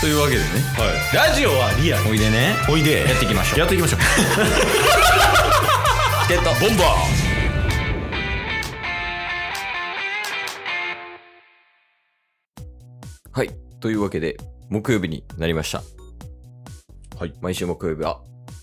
というわけでねラジオはリアルおいでねおいでやっていきましょうやっていきましょうチケットボンバーはいというわけで木曜日になりましたはい毎週木曜日は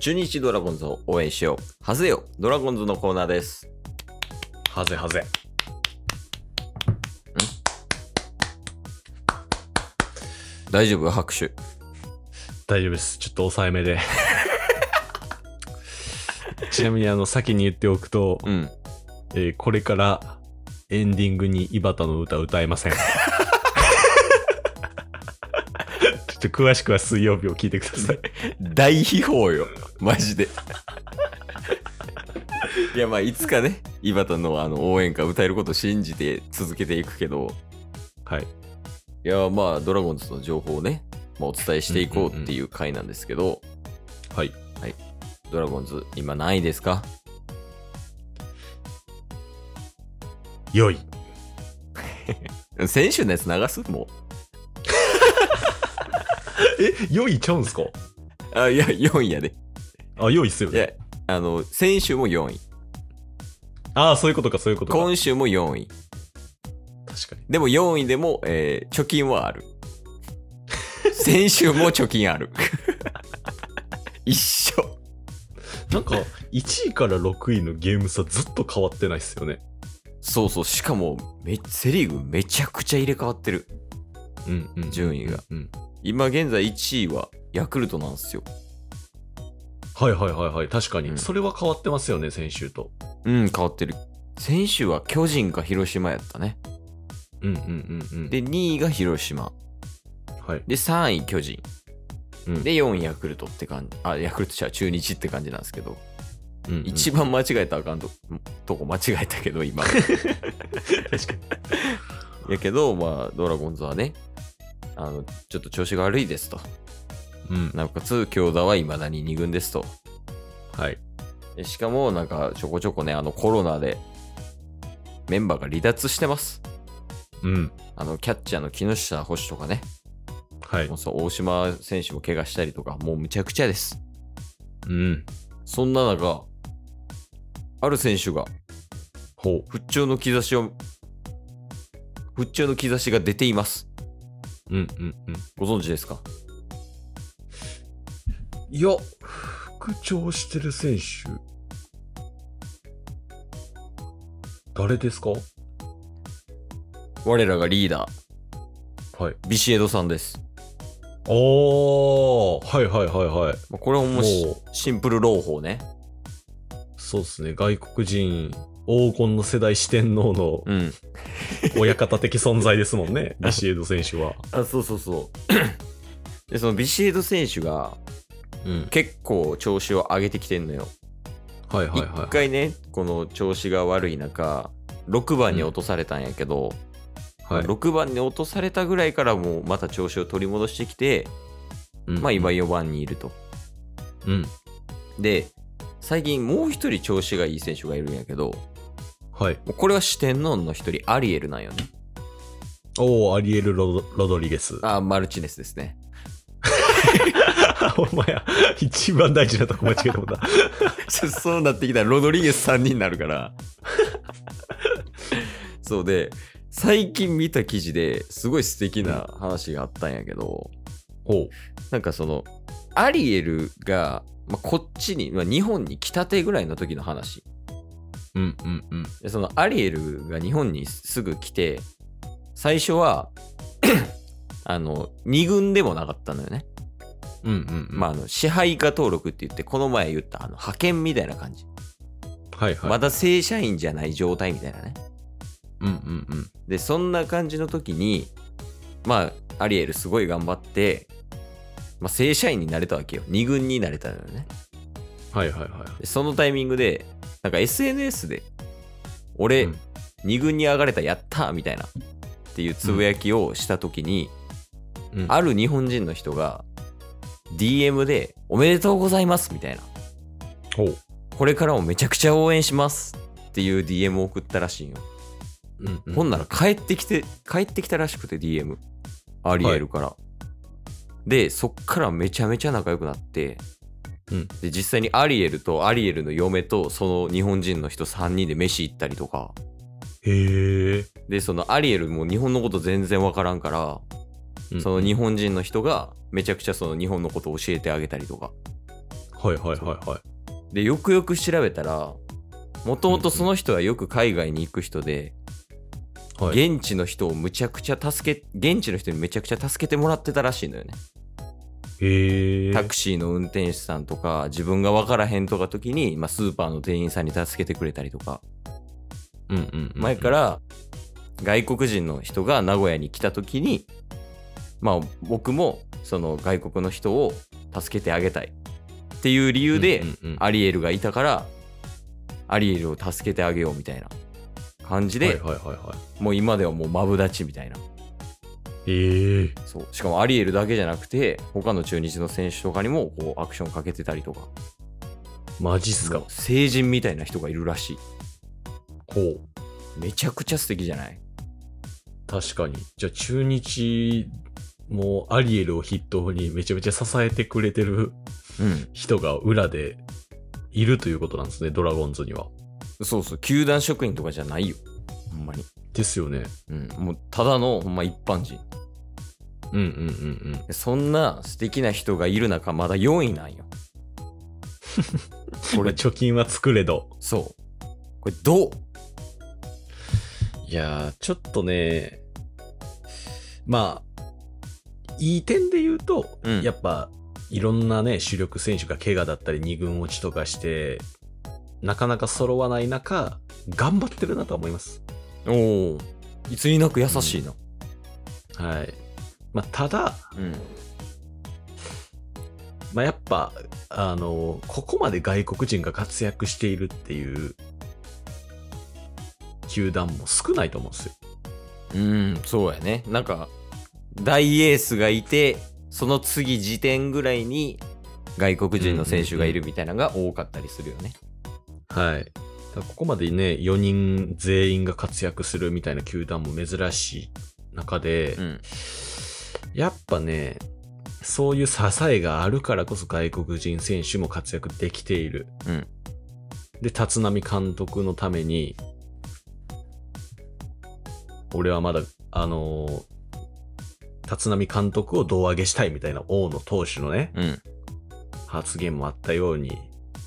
中日ドラゴンズを応援しようはぜよドラゴンズのコーナーですはぜはぜ大丈夫拍手大丈夫ですちょっと抑えめ でちなみにあの先に言っておくと、うんえーこれからエンディングに井端の歌歌えま せんちょっと詳しくは水曜日を聞いてください大秘宝よマジ でいやまあいつかね井端のあの応援歌歌えることを信じて続けていくけどはいいやまあドラゴンズの情報をね、まあ、お伝えしていこうっていう回なんですけど、はいドラゴンズ今何位ですか良い先週のやつ流すもえ良いちゃうんすかうあいや4位やであ良いっすよいねやあの先週も4位ああそういうことかそういうことか今週も4位確かにでも4位でも、えー貯金はあ る先週も貯金ある 一緒なんか1位から6位のゲーム差ずっと変わってないっすよねそうそう、しかもめ、セ・リーグめちゃくちゃ入れ替わってる。うんうん順位が、うん、今現在1位はヤクルトなんですよ。はいはいはいはい確かに、うんそれは変わってますよね先週とうん、変わってる。先週は巨人か広島やったね。うんうんうんうんで、2位が広島。はいで、3位巨人。うんで、4位ヤクルトって感じ。あ、ヤクルトじゃ中日って感じなんですけど。うんうん一番間違えたらあかんととこ間違えたけど、 今。確かにやけど、まあ、ドラゴンズはね、あの、ちょっと調子が悪いですと。うんなおかつ、京田はいまだに2軍ですと。はいでしかも、なんか、ちょこちょこね、あの、コロナで、メンバーが離脱してます。うんあの、キャッチャーの木下捕手とかね、はいもうそう、大島選手も怪我したりとか、もうむちゃくちゃです。うんそんな中、ある選手が、ほ復調の兆しを、復調の兆しが出ています。ううんうんうんご存知ですかいや復調してる選手誰ですか我らがリーダはいー、ビシエドさんです。ああはいはいはいはいまあこれはもうしもシンプル朗報ね。そうですね外国人黄金の世代四天王の うん。親方的存在ですもんね、ビシエド選手は。あ、そうそうそう。で、そのビシエド選手が、うん。結構調子を上げてきてんのよ。はいはい一、はい。回ね、この調子が悪い中、6番に落とされたんやけど、はい、 6番に落とされたぐらいからもうまた調子を取り戻してきて、うんまあ今、4番にいると。うん。で、最近もう一人調子がいい選手がいるんやけど、はい。もうこれは四天王の一人、アリエルなんよね。おお、アリエルロド・ロドリゲス。あ、マルチネスですね。お前や、一番大事なとこ間違えたもんだ。ちょ そうなってきたらロドリゲス3人になるから。 そうで、最近見た記事ですごい素敵な話があったんやけど、 おう。なんかそのアリエルが、まあ、こっちに、まあ、日本に来たてぐらいの時の話うんうんうん。でそのアリエルが日本にすぐ来て最初は あの2軍でもなかったのよね、うんうん、まあ、あの支配下登録って言ってこの前言ったあの派遣みたいな感じ、あ、はいはい。まだ正社員じゃない状態みたいなねうんうんうん。でそんな感じの時にまあアリエルすごい頑張って、まあ、正社員になれたわけよ2軍になれたのよねはいはいはでそのタイミングで、なんか SNS で、い。俺、うん2軍に上がれた、やったみたいな、っていうつぶやきをしたときに、うん、ある日本人の人が、DM で、おめでとうございますみたいな、ほう。これからもめちゃくちゃ応援しますっていう DM を送ったらしいんよ。うんうんほんなら帰ってきて、帰ってきたらしくて DM、アリエルから。で、そっからめちゃめちゃ仲良くなって、うんで、実際にアリエルとアリエルの嫁とその日本人の人3人で飯行ったりとか、へえ。で、そのアリエルも日本のこと全然わからんから、うんその日本人の人がめちゃくちゃその日本のことを教えてあげたりとか。はいはいはいはい。で、よくよく調べたら、もともとその人はよく海外に行く人で、はい、現地の人をむちゃくちゃ助け、現地の人にめちゃくちゃ助けてもらってたらしいのよね。へえ。タクシーの運転手さんとか、自分が分からへんとか時に、まあ、スーパーの店員さんに助けてくれたりとか、うんうんうんうん前か。ら外国人の人が名古屋に来た時に、まあ、僕もその外国の人を助けてあげたいっていう理由で、うんうんうんアリエルがいたから、アリエルを助けてあげようみたいな感じで、はいはいはいはもう今ではもうマブダチみたいな。い。へえ。そう。しかもアリエルだけじゃなくて、他の中日の選手とかにもこうアクションかけてたりとか、マジっすか。ほ成人みたいな人がいるらしう。い。めちゃくちゃ素敵じゃない確かに。じゃあ中日もアリエルを筆頭にめちゃめちゃ支えてくれてるうん。人が裏でいるということなんですね、ドラゴンズには。そうそう。球団職員とかじゃないよ。ほんまに。ですよね。うん。もうただのほんま一般人。うんうんうんうん。でそんな素敵な人がいる中、まだ4位なんよ。ここれれ、貯金は作れど。そう。これどういやー、ちょっとね、まあ、いい点で言うと、うんやっぱ、いろんなね、主力選手が怪我だったり、二軍落ちとかして、なかなか揃わない中、頑張ってるなとは思います。おお。いつになく優しいな。はい。まあ、ただ、うん。まあ、やっぱ、あの、ここまで外国人が活躍しているっていう、球団も少ないと思うんですよ。うん、そうやね。なんか、大エースがいて、その次時点ぐらいに外国人の選手がいるみたいなのが多かったりするよね。はい。だからここまでね、4人全員が活躍するみたいな球団も珍しい中で、ん。やっぱね、そういう支えがあるからこそ外国人選手も活躍できている。うんで、立浪監督のために、俺はまだ、あのー立浪監督を胴上げしたいみたいな大野投手のね、うん。発言もあったように、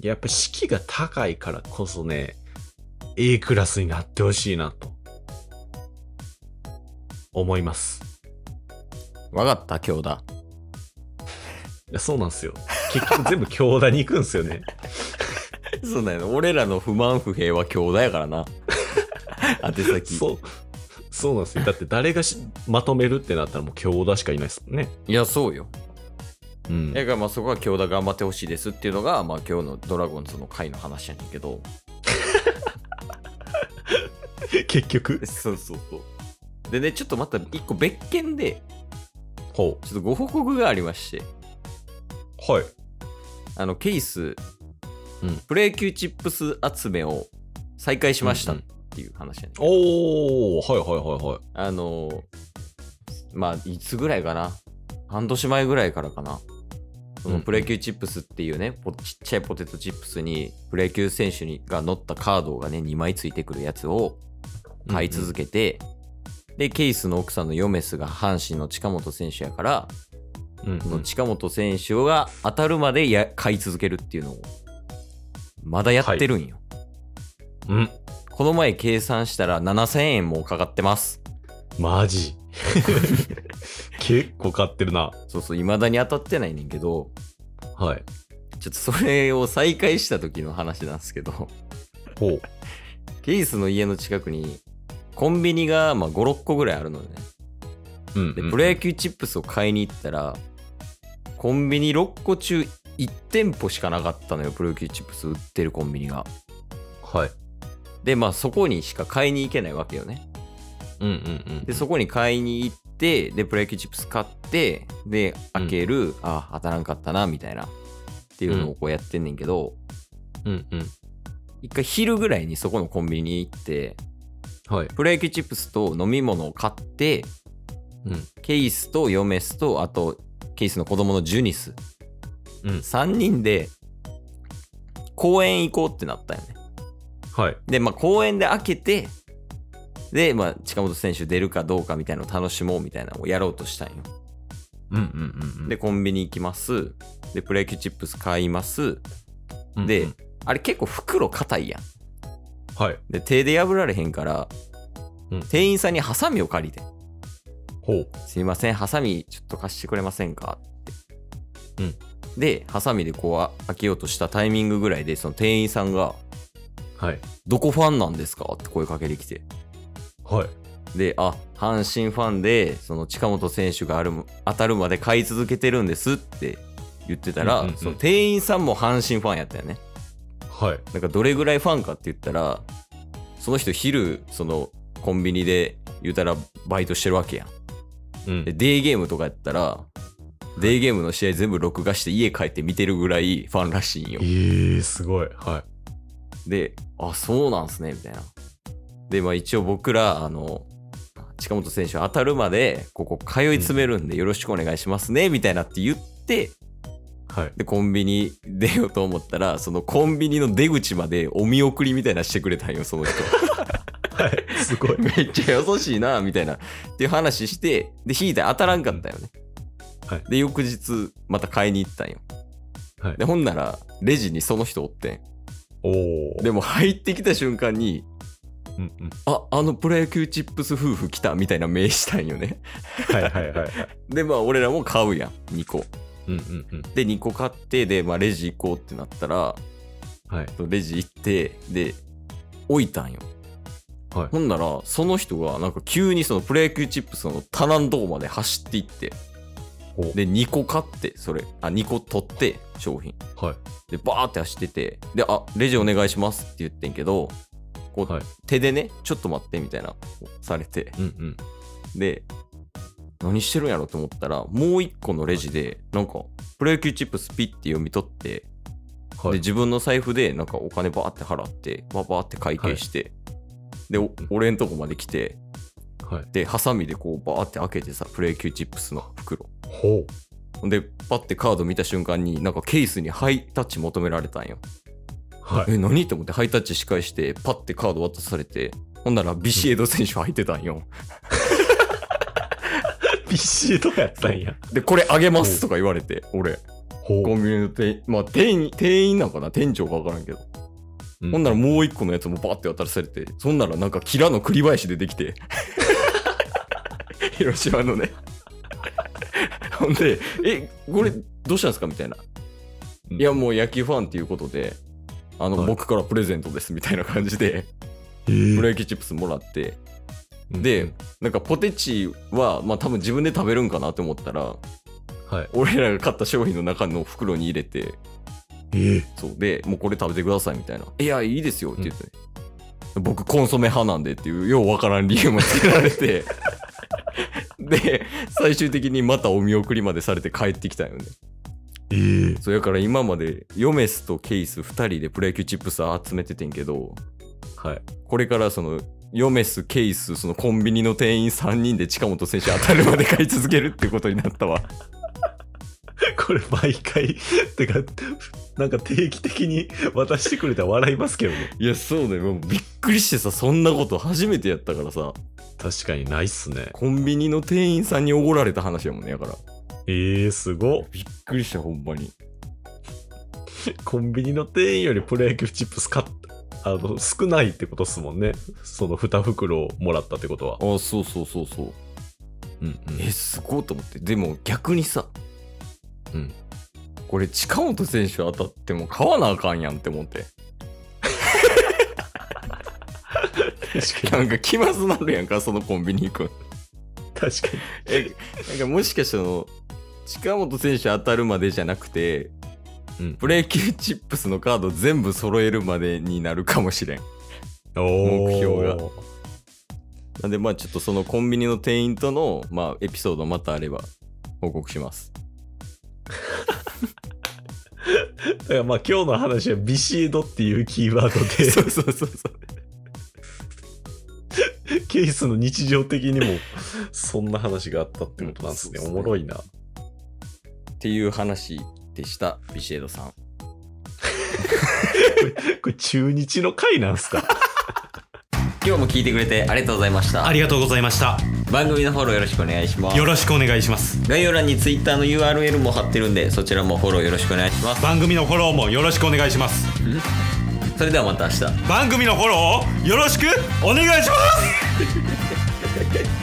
やっぱ士気が高いからこそね、A クラスになってほしいなと、思います。わかった、今日だ。いやそうなんですよ。結局全部強打に行くんですよね。 そうだよ、ね。俺らの不満不平は兄弟やから な。宛先。そう。そうなんですよ。だって誰がしまとめるってなったらもう強打しかいないですもんね。いや、そうよ。うん。だからまあそこは兄弟頑張ってほしいですっていうのが、まあ今日のドラゴンズの回の話やねんけど。結局。そうそうそう。でね、ちょっとまた一個別件で、ほちょっとご報告がありまして。う。はい。あのケース、うんプロ野球チップス集めを再開しましたっていう話やね、おー、はいはいはいはい。あのーまあいつぐらいかな半年前ぐらいからかなそうんうのんプロ野球チップスっていうね、ポちっちゃいポテトチップスにプロ野球選手にが乗ったカードがね2枚ついてくるやつを買い続けて、でケースの奥さんのヨメスが阪神の近本選手やから、うんそうん、のうん。近本選手が当たるまでや買い続けるっていうのをまだやってるんよ、うん。この前計算したら7000円もかかってますマジ。結構買ってるな。そうそう未だに当たってないねんけどはい。ちょっとそれを再開した時の話なんですけど ほう。ケースの家の近くにコンビニがまあ56個ぐらいあるのねうん、うん。でプロ野球チップスを買いに行ったらコンビニ6個中1店舗しかなかったのよプロ野球チップス売ってるコンビニがはい。でまあそこにしか買いに行けないわけよねうんうんうん。でそこに買いに行ってでプロ野球チップス買ってで開ける、あ当たらんかったなみたいなっていうのをこうやってんねんけど、うんうん。一回昼ぐらいにそこのコンビニに行ってはい。プロ野球チップスと飲み物を買ってうん。ケイスとヨメスとあとケイスの子供のジュニス、うん3人で公園行こうってなったよねはい。でまあ公園で開けてでまあ近本選手出るかどうかみたいなのを楽しもうみたいなのをやろうとしたんようんうんうんうん。で、コンビニ行きますでプロ野球チップス買いますうんうんで、あれ結構袋硬いやんはい。で手で破られへんから、うん店員さんにハサミを借りてほう。 「すいませんハサミちょっと貸してくれませんか?」って、うんでハサミでこうあ開けようとしたタイミングぐらいでその店員さんがはい。 「どこファンなんですか?」って声かけてきてはい。で「あ阪神ファンでその近本選手がある当たるまで買い続けてるんです」って言ってたら、うんうんうんその店員さんも阪神ファンやったよねはい。なんかどれぐらいファンかって言ったらその人昼そのコンビニで言うたらバイトしてるわけやんうんで。デーゲームとかやったらデーゲームの試合全部録画して家帰って見てるぐらいファンらしいんよえー、すごい。はであそうなんすねみたいなでまあ一応僕らあの近本選手当たるまでここ通い詰めるんでよろしくお願いしますねみたいなって言ってい。はい。でコンビニ出ようと思ったらそのコンビニの出口までお見送りみたいなしてくれたんよその人はい。 すごい。 めっちゃ優しいなみたいなっていう話してで引いたら当たらんかったよね、はいで翌日また買いに行ったんよ、はいでほんならレジにその人おっておー。んでも入ってきた瞬間にうんうん。ああのプロ野球チップス夫婦来たみたいな名したんよねはいはいはいはい。でまあ俺らも買うやん2個うんうんうん。で2個買ってで、まあ、レジ行こうってなったらはい。レジ行ってで置いたんよはい。ほんならその人がなんか急にそのプロ野球チップスの棚のとこまで走っていっておーで2個買ってそれあ2個取って商品はい。でバーって走っててで「あレジお願いします」って言ってんけどこう、はい手でね「ちょっと待って」みたいなされてうんうん。で何してるんやろと思ったらもう1個のレジでなんかプロ野球チップスピッて読み取って、はでい。自分の財布でなんかお金バーって払ってバーバーって会計して、でお俺んとこまで来てはい。でハサミでこうバーって開けてさプロ野球チップスの袋ほう。ほんで、パッてカード見た瞬間に、なんかケースにハイタッチ求められたんよ。はい。 え、何と思ってハイタッチし返して、パッてカード渡されて、ほんならビシエド選手入ってたんよ。ビシーとかやったんや。で、これあげますとか言われて、俺、ほコンビニの店員、まあ店員、店員なんかな、店長かわからんけど。う。ほんならもう一個のやつもパッて渡されて、そんならなんかキラの栗林出てき て。広島のね。ほんで、え、これどうしたんですかみたいな。うんいや、もう野球ファンっていうことで、あの、はい僕からプレゼントですみたいな感じで、えープロ野球チップスもらって、うでん、なんかポテチは、まあ多分自分で食べるんかなと思ったら、はい。俺らが買った商品の中の袋に入れて、えーそうで、もうこれ食べてくださいみたいな。いや、いいですよって言って、僕コンソメ派なんでっていう、ようわからん理由もつけられ て、で、最終的にまたお見送りまでされて帰ってきたよね。えーそうやから今までヨメスとケイス2人でプロ野球チップス集めててんけどはい。これからそのヨメスケイスそのコンビニの店員3人で近本選手当たるまで買い続けるってことになったわ これ毎回、てか、なんか定期的に渡してくれたら笑いますけどね。いやそうだよもうびっくりしてさそんなこと初めてやったからさ確かにないっすね。コンビニの店員さんにおごられた話やもんねやからええー、すご。びっくりしたほんまにコンビニの店員よりプロ野球チップス買った、あの、少ないってことっすもんね。その2袋をもらったってことは。あそうそうそうそううんうん。えすごいと思ってでも逆にさうんこれ近本選手当たっても買わなあかんやんって思って確 かなに。んか気まずなるやんか、そのコンビニ行くん。 確 かに。 え、なんかもしかしてその、近本選手当たるまでじゃなくて、うんプロ野球チップスのカード全部揃えるまでになるかもしれん。おー目標がなんでまあちょっとそのコンビニの店員との、まあエピソードまたあれば報告します。だからまあ今日の話はビシエドっていうキーワードでそうそうそうそう。ケースの日常的にもそんな話があったってことなんですね。うんそうっすおねもろいな。っていう話でした、ビシエドさん。これ中日の回なんすか今日も聞いてくれてありがとうございました あ。りがとうございました番組のフォローよろしくお願いしますよ。ろしくお願いします概要欄に Twitter の URL も貼ってるんで、そちらもフォローよろしくお願いします。番組のフォローもよろしくお願いしますそれではまた明日。番組のフォローをよろしくお願いします